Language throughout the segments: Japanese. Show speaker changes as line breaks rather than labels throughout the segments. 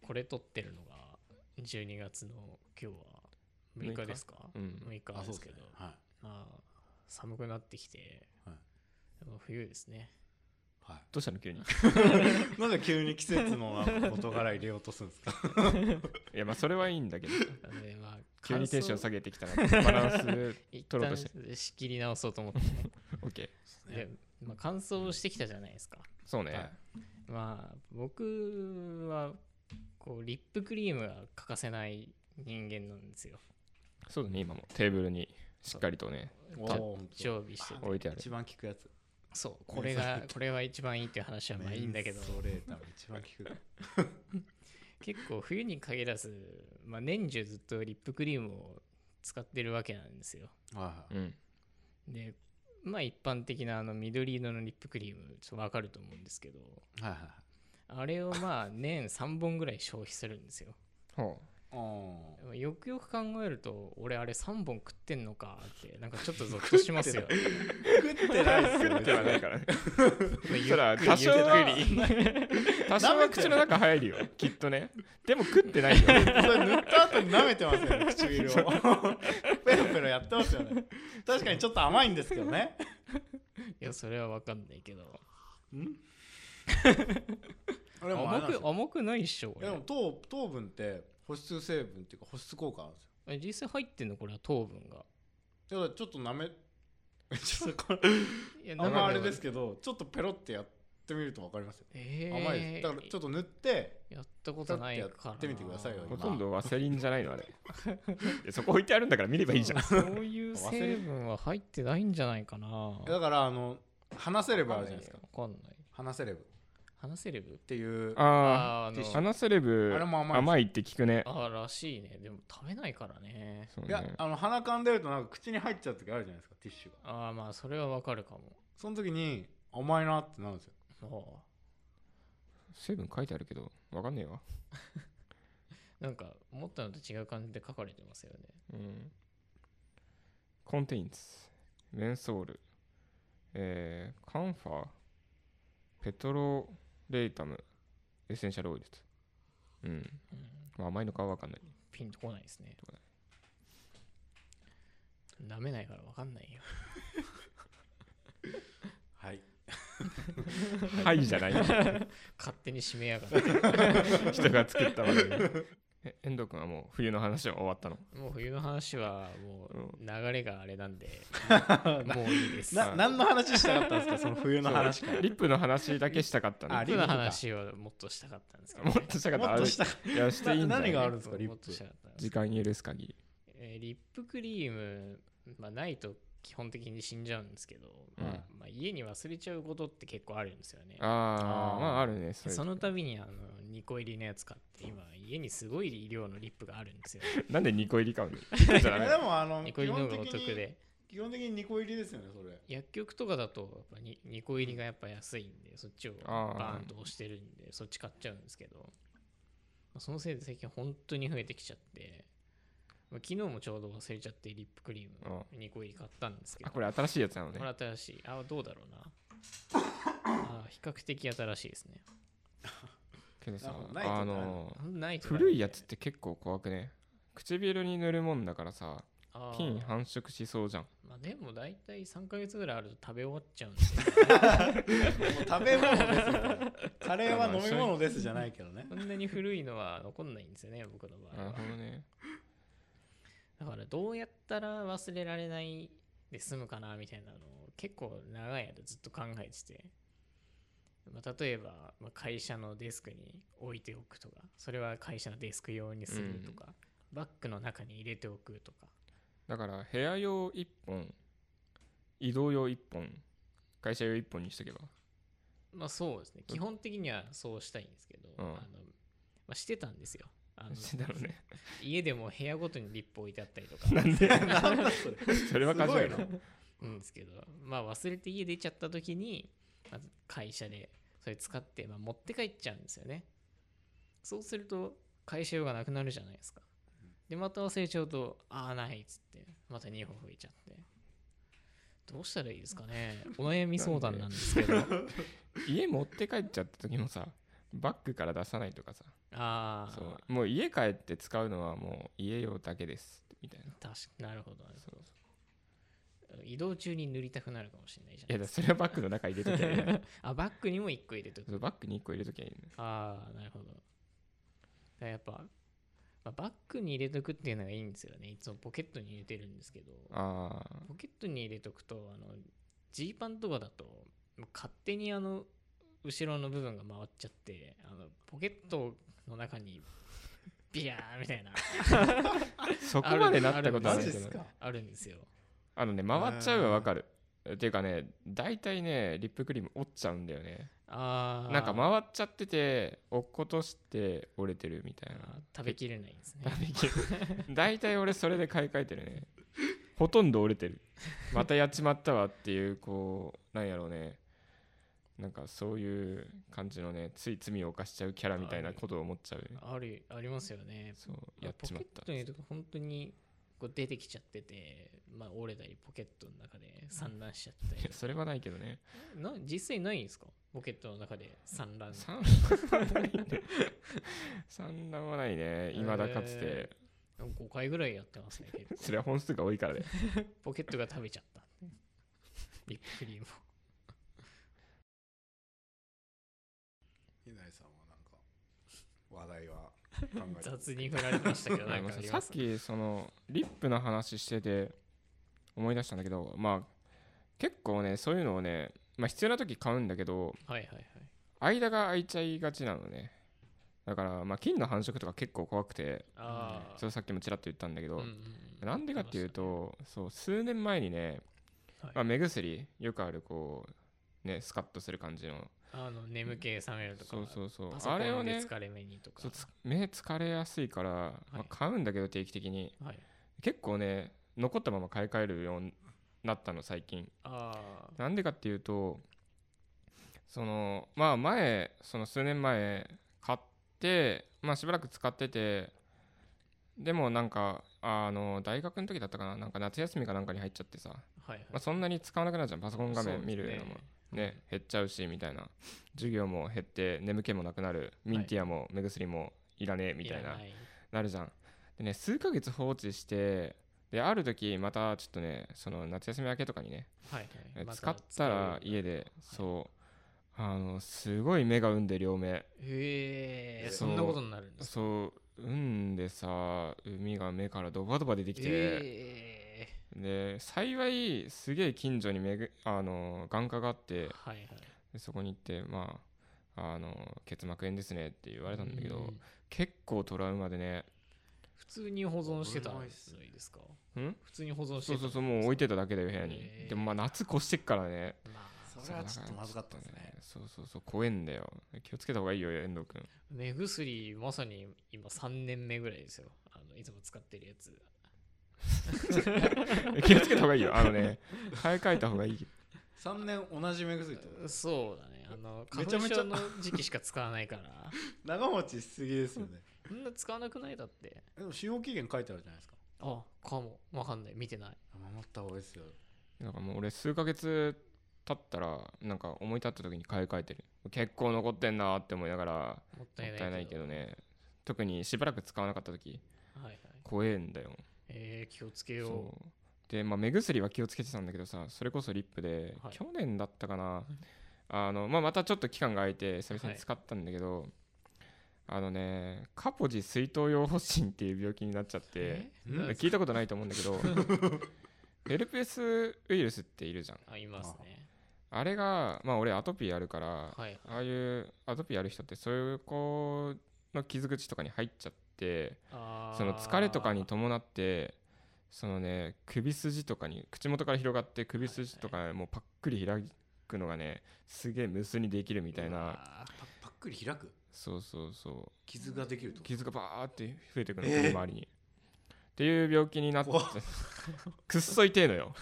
これ撮ってるのが12月の今日は6日ですか
うん
?6 日ですけど、
あそうねは
まあ寒くなってきて、
いはい
冬ですね。
は
どうしたの急に い
い、なんで急に季節のなんか事柄入れようとするんですか
やまあそれはいいんだけ ど
なのでまあ、
急にテンション下
げ
げてきたらバランス
一
取ろう
旦
として
仕切り直そうと思って、
OK
でまあ、乾燥してきたじゃないですか。
そうね、
はい
まあ僕はこうリップクリームが欠かせない人間なんですよ。
そうだね今もテーブルにしっかりとね
おー
常備してて
置いてある
一番聞くやつ
そうこれがこれは一番いいっていう話はまあいいんだけど
メンソレーターが一番聞く
結構冬に限らず、まあ、年中ずっとリップクリームを使ってるわけなんですよ
は
うん
でまあ一般的なあの緑色のリップクリームちょっとわかると思うんですけど
いはいはいはい
あれをまあ年3本ぐらい消費するんですよ
ほ
おー
よくよく考えると俺あれ3本食ってんのかってなんかちょっとゾッとしますよ
食ってないっすよ
うではない からねそら
ゆっ
多
く
少は 多少は口の中入るよきっとねでも食って ないよ
それ塗った後に舐めてますよね唇をペロペロやってますよね確かにちょっと甘いんですけどね
いやそれはわかんないけど
でもあれ
甘
なんです
く
よ
甘くないっしょこ
で
れ
も糖糖分って保湿成分っていうか保湿効果なんですよ
え実際入ってんのこれは糖分が
だからちょっと舐めちょっとこれ
いや
あんまあれです
け
けどちょっとペロってやってみると分かりますよ、
ど、えー
甘いですだからちょっと塗って
やったことないからな
やってみてくださいよ
ほとんどワセリンじゃないのあれいやそこ置いてあるんだから見ればいい じゃん
そういう成分は入ってないんじゃないかなわ
だからあの話せればあるじゃないですか
かんない
話せればっ
話せれば
ていう
あ
あー
ティッシ
あ
ュ
あの
花セレブ
あれも甘いです
甘いって聞くね
あらしいねでも食べないからね
そう
いや
ね
あの鼻かんでるとなんか口に入っちゃう時あるじゃないですかティッシュが
ああまあそれはわかるかも
その時に甘いなってなるんですよ
あ
成分書いてあるけどわかんねえわ
あなんか思ったのと違う感じで書かれてますよね
うんコンテインツメンソール、えーカンファーペトロレイタムエッセンシャルオイルとうん、まあ、甘いのかは分か んない
ピンとこないですね
こな
舐めないからわかんないよ
はい
はいじゃない
勝手に締め やがって
人が作ったわけでえ遠藤君はもう冬の話は終わったの
もう冬の話はもう流れがあれなんで、もういいです。
な何の話したかったんですかその冬の話から
リップの話だけしたかったの
あ
リップの話をもっとしたかったんですけど、
も
ね
っ、としたかっ
も
た
っとした
あれいやしていいんだ
な何が
よ
あるんですかリッ
も
プ
っとしたかったんです
時間許す限り
えーリップクリーム、まあ、ないと基本的に死んじゃうんですけど、
うん
まあ、家に忘れちゃうことって結構あるんですよね。
あ
あー
あまああるねそ
で
れ
その度にあの2個入りのやつ買って今家にすごい量のリップがあるんですよ。
なんで2個入り買うの一個じゃダメ
で もあの
2
基
個入りの
本
方がお
的
得
に
で
基本的に2個入りですよねそれ
薬局とかだとやっぱに2個入りがやっぱ安いんでそっちを
あー
バーンと押してるんでそっち買っちゃうんですけど、まあ、そのせいで最近本当に増えてきちゃって、まあ、昨日もちょうど忘れちゃってリップクリーム2個入り買ったんですけ
あ
ど
これ新しいやつなのね
これ新しいあどうだろうなあ比較的新しいですね
けどさ
なんか
あ
ない
の
ないとダメ
古いやつって結構怖くね唇に塗るもんだからさ
あー
菌繁殖しそうじゃん
まあ、でも大体3ヶ月ぐらいあると食べ終わっちゃうんで
もう食べ物ですよこれカレーは飲み物ですじゃないけどね
そんなに古いのは残んないんですよね僕の場合
なる
は
ほどね
だからどうやったら忘れられないで済むかなみたいなのを結構長い間ずっと考えてて、まあ、例えば、まあ、会社のデスクに置いておくとかそれは会社のデスク用にするとか、バッグの中に入れておくとか
だから部屋用1本移動用1本会社用1本にしとけば
まあそうですね基本的にはそうしたいんですけど、
うん
あのまあ、してたんですよあの
してたのね
家でも部屋ごとにリップ置いてあったりとか
なんで
なんだそれ
それはカジュアル
すごいな
うんですけど、まあ忘れて家出ちゃった時に、まず会社でそれ使って、まあ、持って帰っちゃうんですよね。そうすると、返しようがなくなるじゃないですか。で、また忘れちゃうと、ああ、ないっつって、また2本増えちゃって。どうしたらいいですかね。お悩み相談なんですけど。
家持って帰っちゃった時もさバッグから出さないとかさ
ああ、
そうもう家帰って使うのはもう家用だけですみたいな
確かなるほどなる
そうそう
ほど。移動中に塗りたくなるかもしれないじゃ
い
ん。
やだそれはバッグの中入れときゃいいのよ
あ、バッグにも1個入れとく。
そうバッグに1個入れときゃいいのよ
ああ、なるほど。だからやっぱ、まあバッグに入れとくっていうのがいいんですよね。いつもポケットに入れてるんですけど、
ああ
ポケットに入れとくと、あの、ジーパンとかだと、勝手にあの、後ろの部分が回っちゃって、あのポケットの中に、ビヤーみたいな、
そこまでなったことは
マ
ない
ジ
け
で
ど
すか
あるんですよ。
あのね回っちゃうはわかるっていうかね大体ねリップクリーム折っちゃうんだよね
ああ、
なんか回っちゃってて落っことして折れてるみたいな
あー食べきれないんですね。
大体俺それで買い替えてるねほとんど折れてるまたやっちまったわっていうこうなんやろうねなんかそういう感じのねつい罪を犯しちゃうキャラみたいなことを思っちゃうね
あるありますよね。
そう
まあ
やっちまった
ポケットに入れると本当にこう出てきちゃってて、まあ、折れたりポケットの中で散乱しちゃった
い や
り
それはないけどね
な実際ないんですかポケットの中で散乱
産卵はないね産卵はないねいまだかつて、
え5回ぐらいやって ますね結構
それは本数が多いからね
ポケットが食べちゃ ったびっくりも
稲井さんはなんか話題は考えて
雑に振られてましたけど
あ
なん
の
かあ
さ
り
さ
ま
っ
す
きそのリップの話してて思い出したんだけどまあ結構ねそういうのをね、まあ、必要な時買うんだけど
はいはいはい
間が空いちゃいがちなのねだからまあ菌の繁殖とか結構怖くて
ああ
それさっきもちらっと言ったんだけど、
うんうん
なんでかっていうと、そう数年前にね、
はい
まあ、目薬よくあるこうねスカッとする感じの
あの眠気覚めるとか
そうそうそう
パソコ
あれを
ンで
ね
疲れ目にとか
そうつ目疲れやすいから、ま
は
あ
い、
買うんだけど定期的に
はい
結構ね残ったまま買い替えるようになったの最近
あ
なんでかっていうとそのまあ前その数年前買ってまあしばらく使っててでもなんかあの大学の時だったかななんか夏休みかなんかに入っちゃってさ、ま
あはい
あ、そんなに使わなくなるじゃんパソコン画
そう
面
ですね
見るのもね減っちゃうしみたいな授業も減って眠気もなくなるミンティアも目薬もいらねえみたい
ら
な
ない
なるじゃんでね数ヶ月放置してである時またちょっとねその夏休み明けとかにね、
はいはいま
使ったら
使う
家でそうあのすごい目が産んで両目
へえ
そう
そんなことになるんですか
そう産んでさ海が目からドバドバ出てきて、
え
で幸いすげえ近所にめぐあの眼科があっ
え
て
はいはい
でそこに行ってまああの結膜炎ですねって言われたんだけ
う
ど結構トラウマでね
普通に保存してたのいいですか
ん
普通に保存して
そう
た
そうそうもう置いてただけだよ部屋に
へー
でもまあ夏越してっからね
まあ
それはちょっとまずかったです ね
そうそうそう怖えんだよ気をつけた方がいいよ遠藤君
目薬まさに今3年目ぐらいですよあのいつも使ってるやつ
気をつけた方がいいよあの ね買い替えた方がいい
3年同じ目薬ってこと
そうだねあの
め
花
ちゃ
粉
めちゃ
症の時期しか使わないから
長持ちしすぎですよね
そんな使わなくないだって
でも使用期限書いてあるじゃないですか
あかもわかんない見てない
守った方がいいですよ
だからもう俺数ヶ月経ったらなんか思い立った時に買い替えてる結構残ってんなって思いながらも
もった
っ
いない
たいないけどね特にしばらく使わなかった時
はいはい
怖えんだよ
えー、気をつけよ
そうで、まあ、目薬は気をつけてたんだけどさそれこそリップで、
はい
去年だったかなあの、まあ、またちょっと期間が空いて久々に使ったんだけど、あのねカポジ膵頭用発疹っていう病気になっちゃっ
う
て
え
ん
なん
聞いたことないと思うんだ けどヘルペスウイルスっているじゃん
あいますね
あれがまあ俺アトピーあるから、
はい
ああいうアトピーある人ってそういう子の傷口とかに入っちゃって
あー
その疲れとかに伴ってそのね首筋とかに口元から広がって首筋とかもうパックリ開くのがねすげえ無数にできるみたいうな
わー
パパックリ開く
そうそうそ
傷ができる
う
と
傷がバーって増えてくの
えー
首周りにっていう病気になって
怖っ
くっそ痛えのよ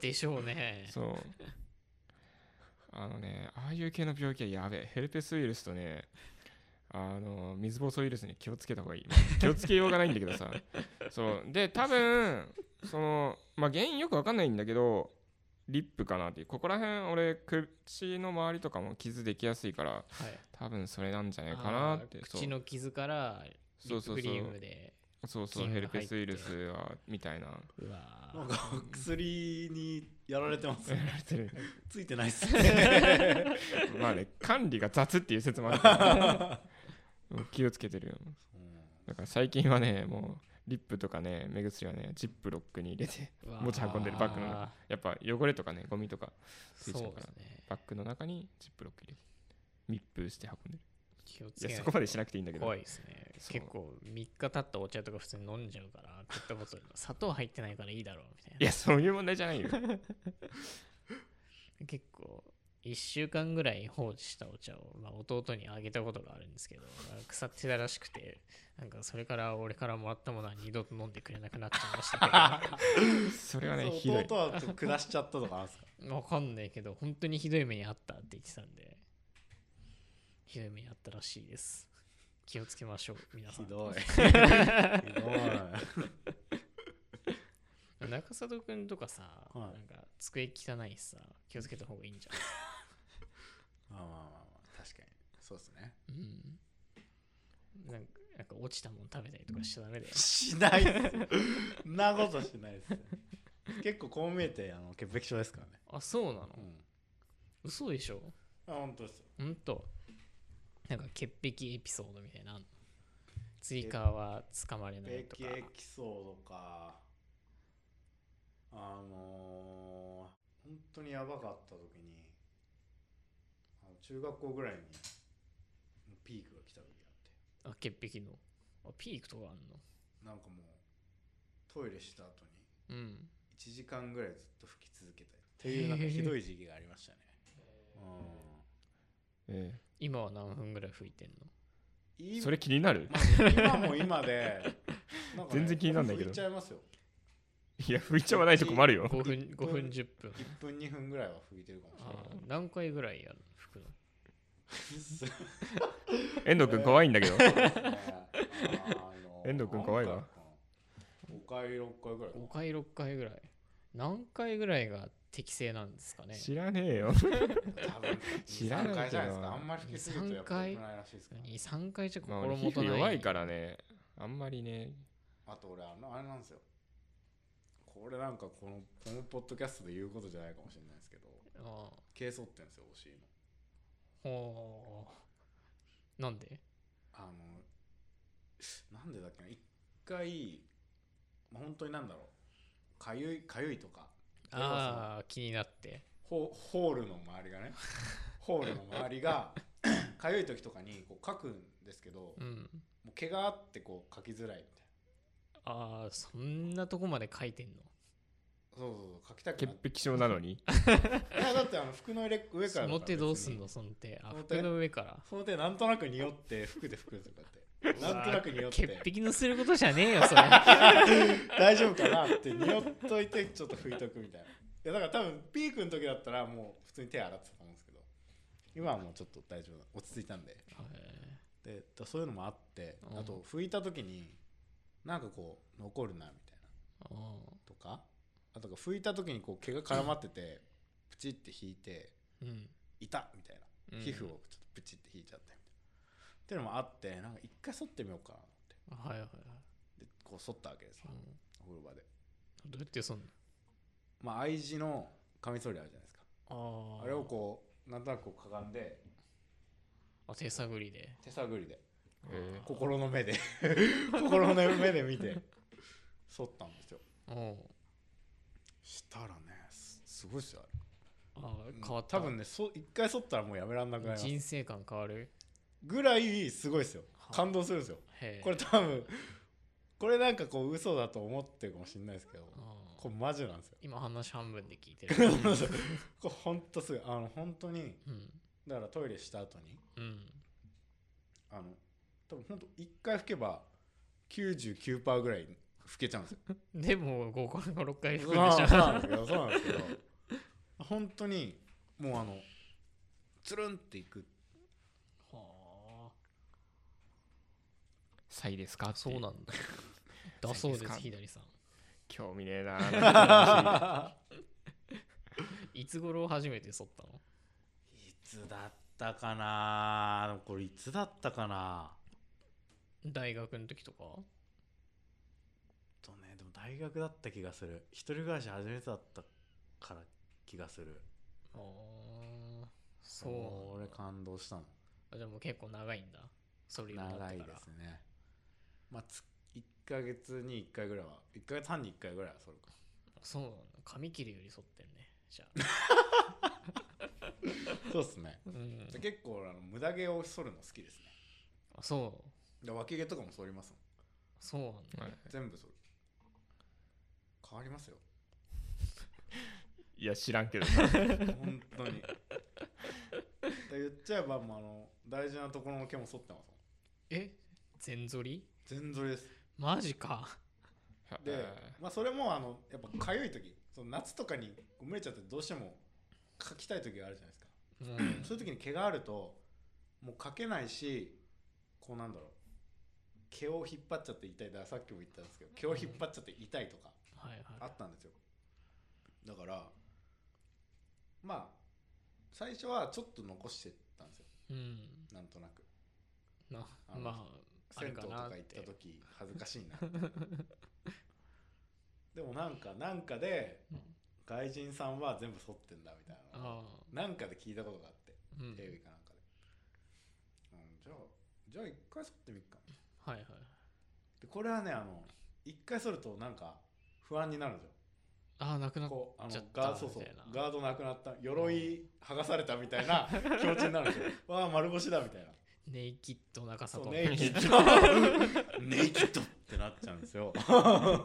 でしょうね
そうあのねああいう系の病気はやべえヘルペスウイルスとねあの水ぼうそうウイルスに気をつけた方がいい、まあ気をつけようがないんだけど さそうで多分そのまあ原因よくわかんないんだけどリップかなっていうここら辺俺口の周りとかも傷できやすいから
はい
多分それなんじゃないか
あ
な
ー
ってそう
口の傷からリ
そう
ッ
そ
プク
うそ
リー
う
ムで
そうそう
菌が
ヘ
入
ル
って
ペスウイルスはみた いな
うわー
なんか薬にやられてます
やられてる
ついてないっすね
まあね管理が雑っていう説もあるか らうん気をつけてるよだから最近はねもうリップとかね目薬はねジップロックに入れて
うわー
持ち運んでるバッグの中やっぱ汚れとかねゴミとかつ
そ
いうちゃう
で
から
すね
バッグの中にジップロック入れて密封して運んでる
気をつけ
いや
な
そ
い
ことまでしなくていいんだけど
怖いですね
そう
結構3日経ったお茶とか普通に飲んじゃうからペットボトルの砂糖入ってないからいいだろうみたいない
やそういう問題じゃないよ
結構1週間ぐらい放置したお茶を、まあ、弟にあげたことがあるんですけどまあ腐ってたらしくてなんかそれから俺からもらったものは二度と飲んでくれなくなっちゃいました
それはねひ
そ
ど
う
い
弟はちょっと下しちゃったとかあるんです か
けどわかんないけど本当にひどい目にあったって言ってたんでひどい目にあったらしいです気をつけましょう皆さ
ひ
ん
どいひどい
中里くんとかさ、
い
なんか机汚いしさ気をつけた方がいいんじゃ
まあまあまあまあ確かにそうですね
ん、うん、なんかなんか落ちたもん食べたりとかしちゃダメだよ
しないっすよそんなことしないっすよ結構こう見えてあの潔癖症ですからね
あそうなの
うん
嘘でしょ
あ本当ですよ
ほんとなんか潔癖エピソードみたいなのあんの追加はつかまれないとか
潔癖エピソードかあのー、本当にやばかった時にあの中学校ぐらいにピークが来た時があって
あ潔癖のあピークとかあんの
なんかもうトイレした後に
うん
1時間ぐらいずっと吹き続けたりっていうなんかひどい時期がありましたね、
ええ
今は何分ぐらい吹いてんの
うんいい
それ気に なる
まあ今も今でなんかね
全然気にならないけど
拭いちゃいますよ
いや拭いちゃわないと 困るよ
5分5分10分
1分2分ぐらいは拭いてるかもしれ
あ何回ぐらいやる吹くの
ない
遠藤君怖いんだけど遠
遠
藤君可愛いわ
5回6回ぐらい
5回6回ぐらい何回ぐらいが適正なんですかね
知らねえ よ
多分
知らないけど
2 3回じゃないですかあんまり吹きすぎるとやっ
2
ぱ
3
良くないらしいですから
23回じゃ
まあ俺
心
皮
もと
膚
ない、
弱いからねあんまりね
あと俺あのあれなんですよこれなんかこのこのポッドキャストで言うことじゃないかもしれないですけど
あ
痂剃ってんですよお尻の
あほうなんで
あのなんでだっけな一回まあ本当になんだろうかゆいかゆいとか
ああ気になって
ホホールの周りがね ホールの周りが かゆい時とかにこう書くんですけども
うん
う毛があってこう書きづらいみ
ああそんなとこまで書いてんの
たいなそうそうそう書きたく
潔
なって
癖症な のに
いやだってあの服の上からだから
その手どうすん
別に
のその手あ
その手
服の上から
その手なんとなく匂って服で服でとか ってなんとなく匂って
潔癖のすることじゃねえよそれあ
大丈夫かなって匂っといてちょっと拭いとくみたいないやだから多分ピークの時だったらもう普通に手洗ってたと思うんですけど今はもうちょっと大丈夫だ落ち着いたんで
へ
でだそういうのもあって
うん
あと拭いた時になんかこう残るなみたいな
ーあ
とかあとか拭いた時にこう毛が絡まっててプチって引いて
ーうん
痛みたいな皮膚をちょっとプチって引いちゃってみたいなっていうのもあってなんか一回剃ってみようかなと思って
はいはいはい、
でこう剃ったわけですよ
う
お風呂場で
ん、どうやってそんの
まあ I 字のカミソリあるじゃないですか
ああ
あれをこうなんとなくこうかがんで
あ手探りで
手探りで
ええ
心の目で 心の目で見て剃ったんですよ
おう
したらねすすごいっすよあれ
あ
うん
あ変わった
多分ねそ一回剃ったらもうやめらんなくなります
人生観変わる
ぐらいすごいっすよ
は
感動するんですよ
へえ
これ多分これなんかこう嘘だと思ってるかもしれないですけど
あー
これマジなんですよ
今話半分で聞いてる
これほんとすごいあの本当に
うん
だからトイレした後に
うん
あの多分本当一回拭けば99%ぐらい拭けちゃうんですよ
でも5回6回
そ
吹
う
くんでしょ
なんですけどそうなんですけど本当にもうあのつるんっていく
は
サイですかっ
あ
て
そうなんだ だそうで
そうです
す
か
左さん
興味ねえななんか
いつ頃初めて剃ったの
いつだったかなでもこれいつだったかな
大学の時とか
とねでも大学だった気がする一人暮らし初めてだったから気がする
ああそう
俺感動したの
あでも結構長いんだ剃るようになっ
長
て
い
か
で
ら
すねまあつ1ヶ月に1回ぐらいは1ヶ月半に1回ぐらいはそれか
そうなんだ髪切るより剃ってるねじゃ あ、
そうっすね
うん、
で結構あの無駄毛を剃るの好きですね
あそう
で脇毛とかも剃りますもん
そうなんだ
はい
全部剃る変わりますよ
いや、知らんけどな。
本当にで言っちゃえばもうあの大事なところの毛も剃ってますもん
え全剃り
全剃りです
マジ か
で、まあ、それもあのやっぱかゆい時その夏とかにこう蒸れちゃってどうしてもかきたい時があるじゃないですか
うん
そういう時に毛があるともうかけないしこうなんだろう毛を引っ張っちゃって痛いだからさっきも言ったんですけど毛を引っ張っちゃって痛いとか
はい
あ
は
ったんですよだからまあ最初はちょっと残してたんですよ
いうん
なんとなく
な
あの
まああ
銭
れ
湯
か
とか
な
行
っ
った
て
時恥ずかしいな でもなんかなんかで
うん
外人さんは全部剃ってんだみたいなのを
ああ
なんかで聞いたことがあって
うん
テレビかなんかで、うん、じゃあじゃあ一回剃ってみっか
はいはい
でこれはねあの一回剃るとなんか不安になるんですよ
ああなくなっ
こうあの
ちょっと
ガーそうそう
みたいな
ガードなくなった鎧剥がされたみた いな気持ちになるんですよわあ丸腰だみたいな
ネイキッド中
そ
里
うネイキッド ネイキッドってなっちゃうんですよ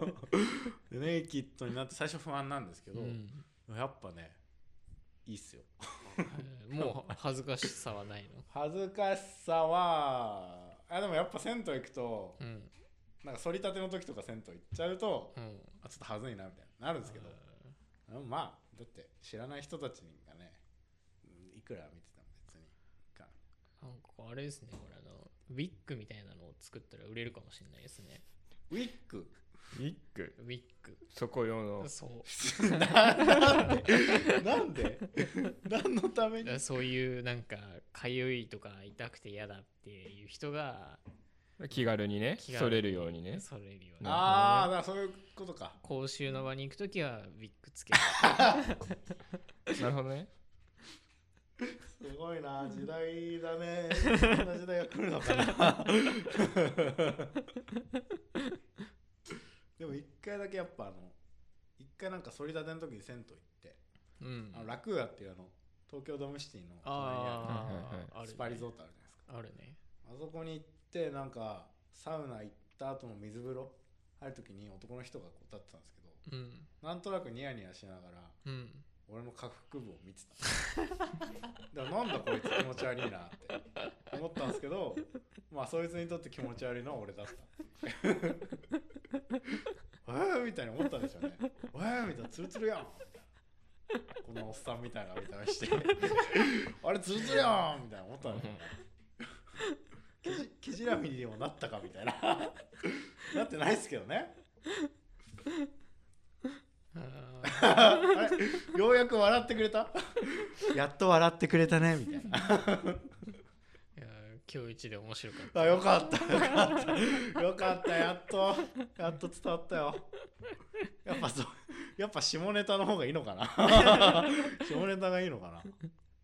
でネイキッドになって最初不安なんですけど、
うん
やっぱねいいっすよ
えーもう恥ずかしさはないの
恥ずかしさはあでもやっぱ銭湯行くと
うん
なんか反りたての時とか銭湯行っちゃうと
うん
あちょっと恥ずいなみたいななるんですけど
うん
でもまあだって知らない人たちがねうんいくら見てても別にいいか
なんかあれですね、これあの、ウィッグみたいなのを作ったら売れるかもしれないですね。
ウィッグ
ウィッグ、
ウィッグ。
そこ用の。
そう。
なんで何のために
だからそういうなんか、かゆいとか痛くて嫌だっていう人が、
気軽にね、
気軽に
それるようにね。
それるように。
ああだからそういうことか
講習の場に行くときは、ウィッグつける。
なるほどね。
すごい な時代だ ねそんな時代が来るのかな でも一回だけやっぱあの一回なんか反り立ての時に銭湯行って、
うん
あ。のラクーアっていうあの東京ドームシティの隣
はいはい
あ
はい
あ、あ
にある
る
スパリゾ
ね。
ートあるじゃな
あ
いですか
るね。
あそこに行ってなんかサウナ行った後の水風呂入る時に男の人がこう立ってたんですけど
うん。
なんとなくニヤニヤしながら
うん。
俺の下腹部を見てただからなんだこいつ気持ち悪いなって思ったんですけどまあそいつにとって気持ち悪いのは俺だったえーみたいに思ったんでしょうねえーみたいなツルツルやんこのおっさんみたいなみたいなしてあれツルツルやんみたいな思ったんでしょうねけじけじらみにでもなったかみたいななってないですけどね
あ
あれようやく笑ってくれたやっと笑ってくれたねみたいな
ーいやー今日一で面白かった。
あよかったよかったよかったやっとやっと伝わったよやっぱそうやっぱ下ネタの方がいいのかな下ネタがいいのかな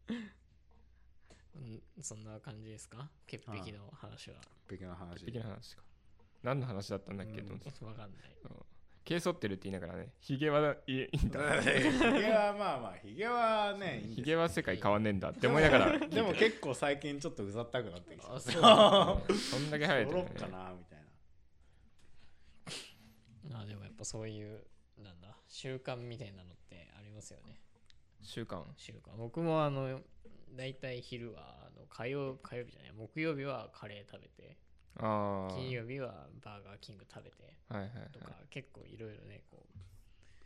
うんそんな感じですか潔癖の話は。
的な話
的な話か。何の話だったんだっけ
うん
と思って。
わかんない。
毛剃ってるって言いながらね、ヒゲはいいんだ。
ヒゲはまあまあヒゲはねいいんです
ヒゲは世界変わんねえんだって思いながら聞いてた。
でも結構最近ちょっとうざったくなってきた
あ、そう。
うんそんだけ生えて
ろ
る
っ
ね。
かなみたいな
あでもやっぱそういうなんだ習慣みたいなのってありますよね
習慣。
習慣僕もあの大体昼はあの火曜火曜日じゃない木曜日はカレー食べて
ああ。
金曜日はバーガーキング食べて
はいはいはい
とか、結構いろいろねこ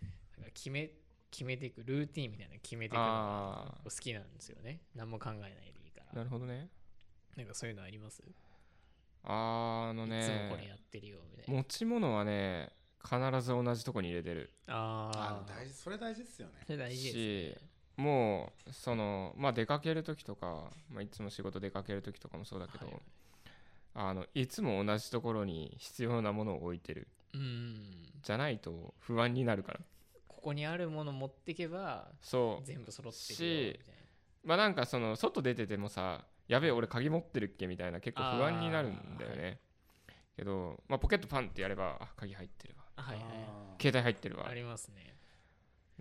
うなんか決め決めていくルーティンみたいなの決めていくのが
あ
好きなんですよね何も考えないでいいか
あ。な
ら
るほどね。
なんかそういうのあります
あーあの
いつもこれ
ね
やってるよみたいな
持ち物はね必ず同じとこに入れてる
あ
あ
あ
大事それ大事っすよね
それ大事ですね
しもうそのまあ出かける時とか、まあ、いつも仕事出かける時とかもそうだけど、
はいはい
あのいつも同じところに必要なものを置いてる
うん
じゃないと不安になるから
ここにあるもの持ってけば
そう
全部揃ってるよみたいな
まあなんかその外出ててもさやべえ俺鍵持ってるっけみたいな結構不安になるんだよね、けど、まあ、ポケットパンってやればあ鍵入ってるわ
あはいはい
あー
携帯入ってるわ
ありますね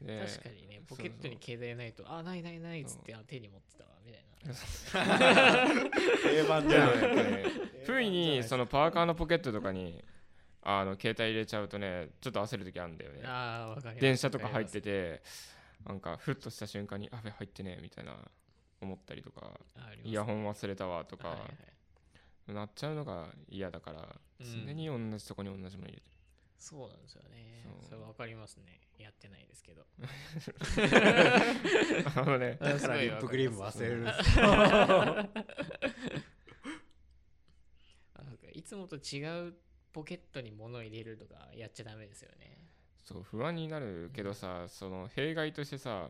で
確かにねポケットに携帯ないとあないないないっつってあ手に持ってたわみたいな
定番じ
で
ゃ
も
ない
ねやっぱね
定番じゃな い
不意にそのパーカーのポケットとかにあの携帯入れちゃうとねちょっと焦る時あるんだよね
あーわかります
電車とか入っ
わり
ててなんかふっとした瞬間に「あべ入ってねえ」みたいな思ったりとか
ますあります
イヤホン忘れたわと
はいは
か
い
なっちゃうのが嫌だから
う
常
ん
に同じとこに同じもの入れて
そうなんですよね
そう
それわかりますねやってないですけど
る あのね
だからリップクリーム忘れるんです
あなんかいつもと違うポケットに物入れるとかやっちゃダメですよね
そう不安になるけどさその弊害としてさ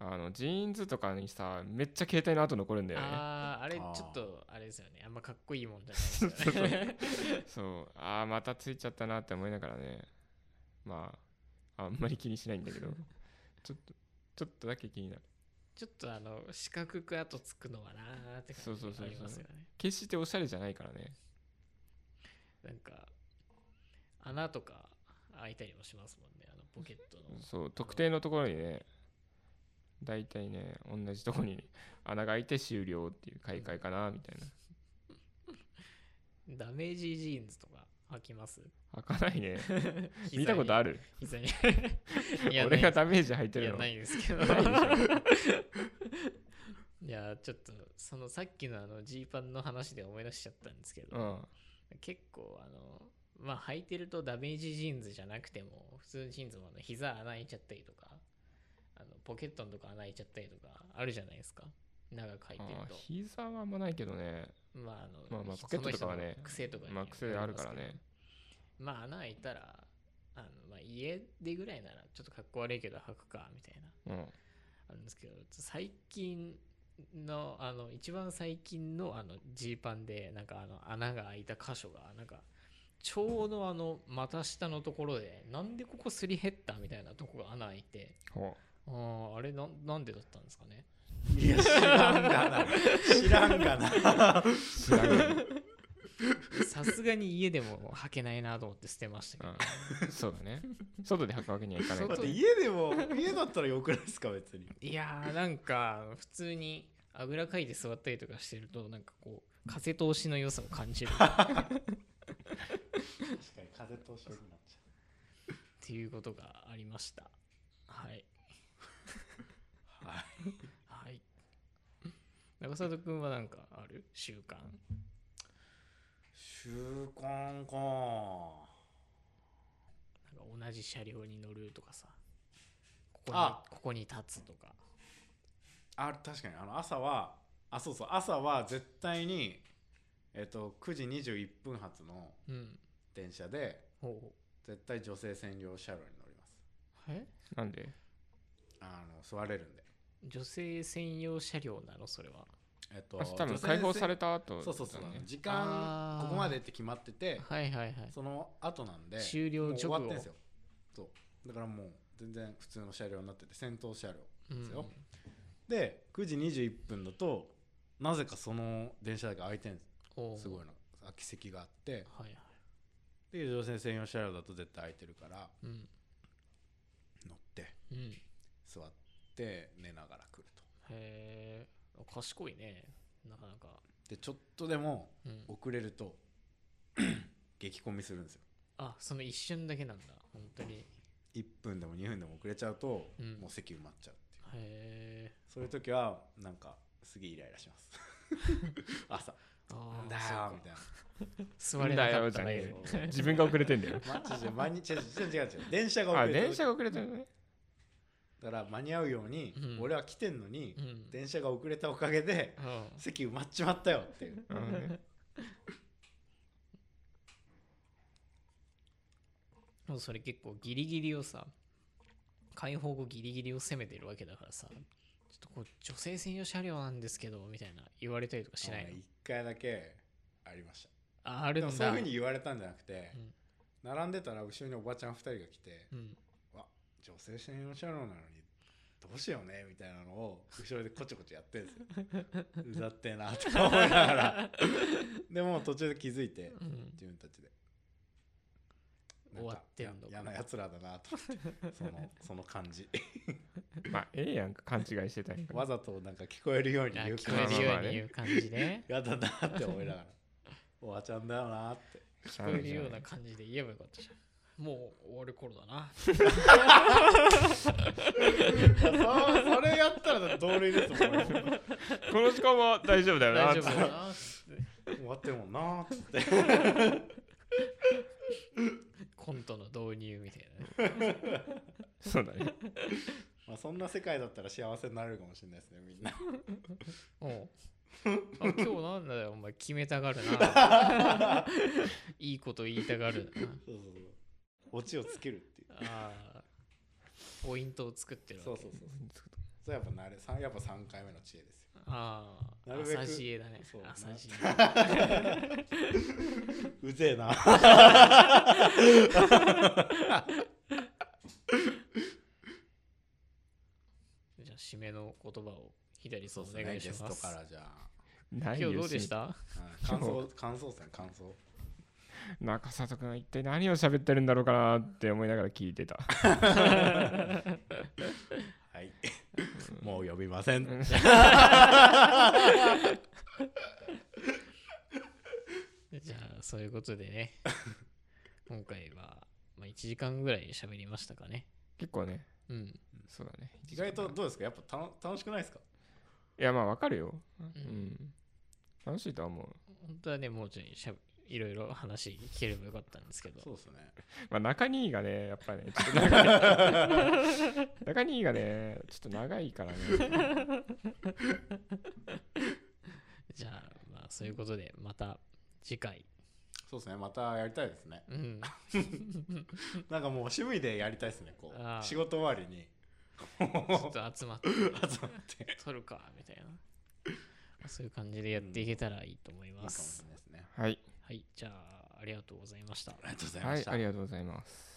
あのジーンズとかにさめっちゃ携帯の跡残るんだよね
あああれち
あー
ょっとあれですよねあんまかっこいいもんじ ゃない ですよ ね
そうああまたついちゃったなって思いながらねまああんまり気にしないん だけどちょっとちょっとだけ気になる
ちょっとあの四角く後つくのはなーって感じ
そうそうそうそう
がありますよね
決しておしゃれじゃないからね
なんか穴とか開いたりもしますもんねあのポケットの
そう特定のところにね大体ね同じところに 穴が開いて終了っていう買い替えかなみたいな
ダメージジーンズとか履きます
開かないね見たことあ
る
る
膝に いや
俺
な
が
い
ダメージ入って
い
る
や
の
ないですけど いやちょっとそのさっきのあのジーパンの話で思い出しちゃったんですけど、
うん
結構あのまあ履いてるとダメージジーンズじゃなくても普通のジーンズもあの膝穴開いちゃったりとかあのポケットのとか穴開いちゃったりとかあるじゃないですか長く履いてる
あー
と
膝はあんまないけどね
まああの、
まあまあ
ひ
ポケットとかはね
その人の癖とかに
まあ癖あるから
より
ね
ますけどまあ穴開いたらあの、まあ、家でぐらいならちょっとかっこ悪いけど履くかみたいな
うん
あるんですけど最近のあの一番最近のあのジーパンでなんかあの穴が開いた箇所がなんかちょうどあの股下のところでなんでここすり減ったみたいなとこが穴開いて
ほ
あーあれなんなんでだったんですかね
いや知らんが な知らんがな
う知らんよ
さすがに家でも履けないなと思って捨てましたけど
うんそうだね。外で履くわけにはいかない
外
だっ
で
て家でも家だったらよくないですか別に
いやーなんか普通にあぐらかいて座ったりとかしてるとなんかこう風通しの良さを感じるっ
確かに風通しよくなっち
ていうことがありましたはい
ゃうは
は
い
い。中里くんはなんかある習慣
習慣か
なんか同じ車両に乗るとかさ。ここに
あ
ここに立つとか。
あ確かにあの朝はあそうそう朝は絶対にえっと9時21分発の
うん。
電車で
ほう。
絶対女性専用車両に乗ります
え
なんで
あの座れるんで
女性専用車両なのそれは。
えっと
あ多分解放され
て
た後
そうそうそう
だね
時
あ
間
ー
ここまでって決まってて
はいはいはい。
その後なんで
終了
もう
直後
終わってんですよそうだからもう全然普通の車両になってて先頭車両
うん
ですよ、で9時21分だとなぜかその電車だけ空いてるんです
おう
すごいの空き席があって
はいはい。
で女性専用車両だと絶対空いてるから
うん。
乗って
うん。
座って寝ながら来ると
へえ。あ賢いね。なかなか。
でちょっとでも
うん。
遅れると 激混みするんですよ
あ、その一瞬だけなんだ。本当に。
1分でも2分でも遅れちゃうと、
うん
もう席埋まっちゃうっていう
へえ。
そういう時はなんかすげえイライラします 朝な
あ
ん
あ。
だよみ
そうか
た
座れ
いな
なかった
なんだよじゃねえ
ね
よ。自分が遅れて んだよ。
マジで間に違う違う違う違う電車が遅
あ、
れてる
電車が遅れてるのね。
だから間に合うように、
うん
俺は来てんのに、
うん。
電車が遅れたおかげで
うん。
席埋まっちまったよっていう
うんね
もうそれ結構ギリギリをさ解放後ギリギリを攻めてるわけだからさとこう女性専用車両なんですけどみたいな言われたりとかしないの
あ一回だけありました
あある
で
ん
も
だ
そういうふうに言われたんじゃなくて
う、ん
並んでたら後ろにおばちゃん2人が来て、
うん、
わ女性専用車両なのにどうしようねみたいなのを後ろでこちょこちょやってる んですようざってえなとか思いながらでも途中で気づいて、
うん
自分たちで
終わってんのか
なんかや嫌なやつらだなと思ってその その感じ
まあ、ええやんか、勘違いしてたんやから。
わざとなんか聞こえるように
あ
言う
聞こ
感
え
じ
るよ
まあま
う
あね
に言う感じで
やだなって思いな がらおばちゃんだよなって
聞
聞
こえるような感じで言えばよかったじゃんもう終わる頃だな
そそれやったら同類ですもん俺も
この時間は大丈夫だよな。
大丈夫だな
終わってるもんなって
コントの導入みたいなね
そうだね。
まあそんな世界だったら幸せになれるかもしれないですねみ んな
おうあ今日なんだよお前決めたがるないいこと言いたがるな
そうそうそうオチをつけるっていう
あーポイントを作ってる
そ
わ
う
け
そうそうそうそれやっぱ慣れさんやっぱ3回目の知恵ですよ
ああ
なるべく
朝知恵だね
そう
朝 知恵
うぜえな
じゃあ締めの言葉を左さ
そ
ん
う
お
です
願
ね
いし
ゲス
ま
ト
す
からじゃあ
今
今日どうでした
うん感想 感想戦感想
中里君は一体何を喋ってるんだろうかなって思いながら聞いてた。
はいもう呼びません
じゃあそういうことでね今回は、まあ、1時間ぐらい喋りましたかね
結構ね、
うん
そうだね。
意外とどうですかやっぱ楽楽しくないですか
いや、まあ、わかるよ。うん。楽しいとは思う。
本当はねもうちょいしゃべいろいろ話聞ければよかったんですけど
そうですね
まあ、中兄がね、やっぱね、ちょっと 長い中兄がね、ちょっと長いからね。
じゃあまあそういうことでまた次回
そうですねまたやりたいですね
うん
なんかもう趣味でやりたいですねこ
あー
う仕事終わりに
ちょっと集まって
集まっていいか
撮るかみたいなまあそういう感じでやっていけたらいいと思いま
もし
す、
れないですね
はい。
はいじゃあありがとうございました
ありがとうござい
は
ま
い
し、た
ありがとうございます。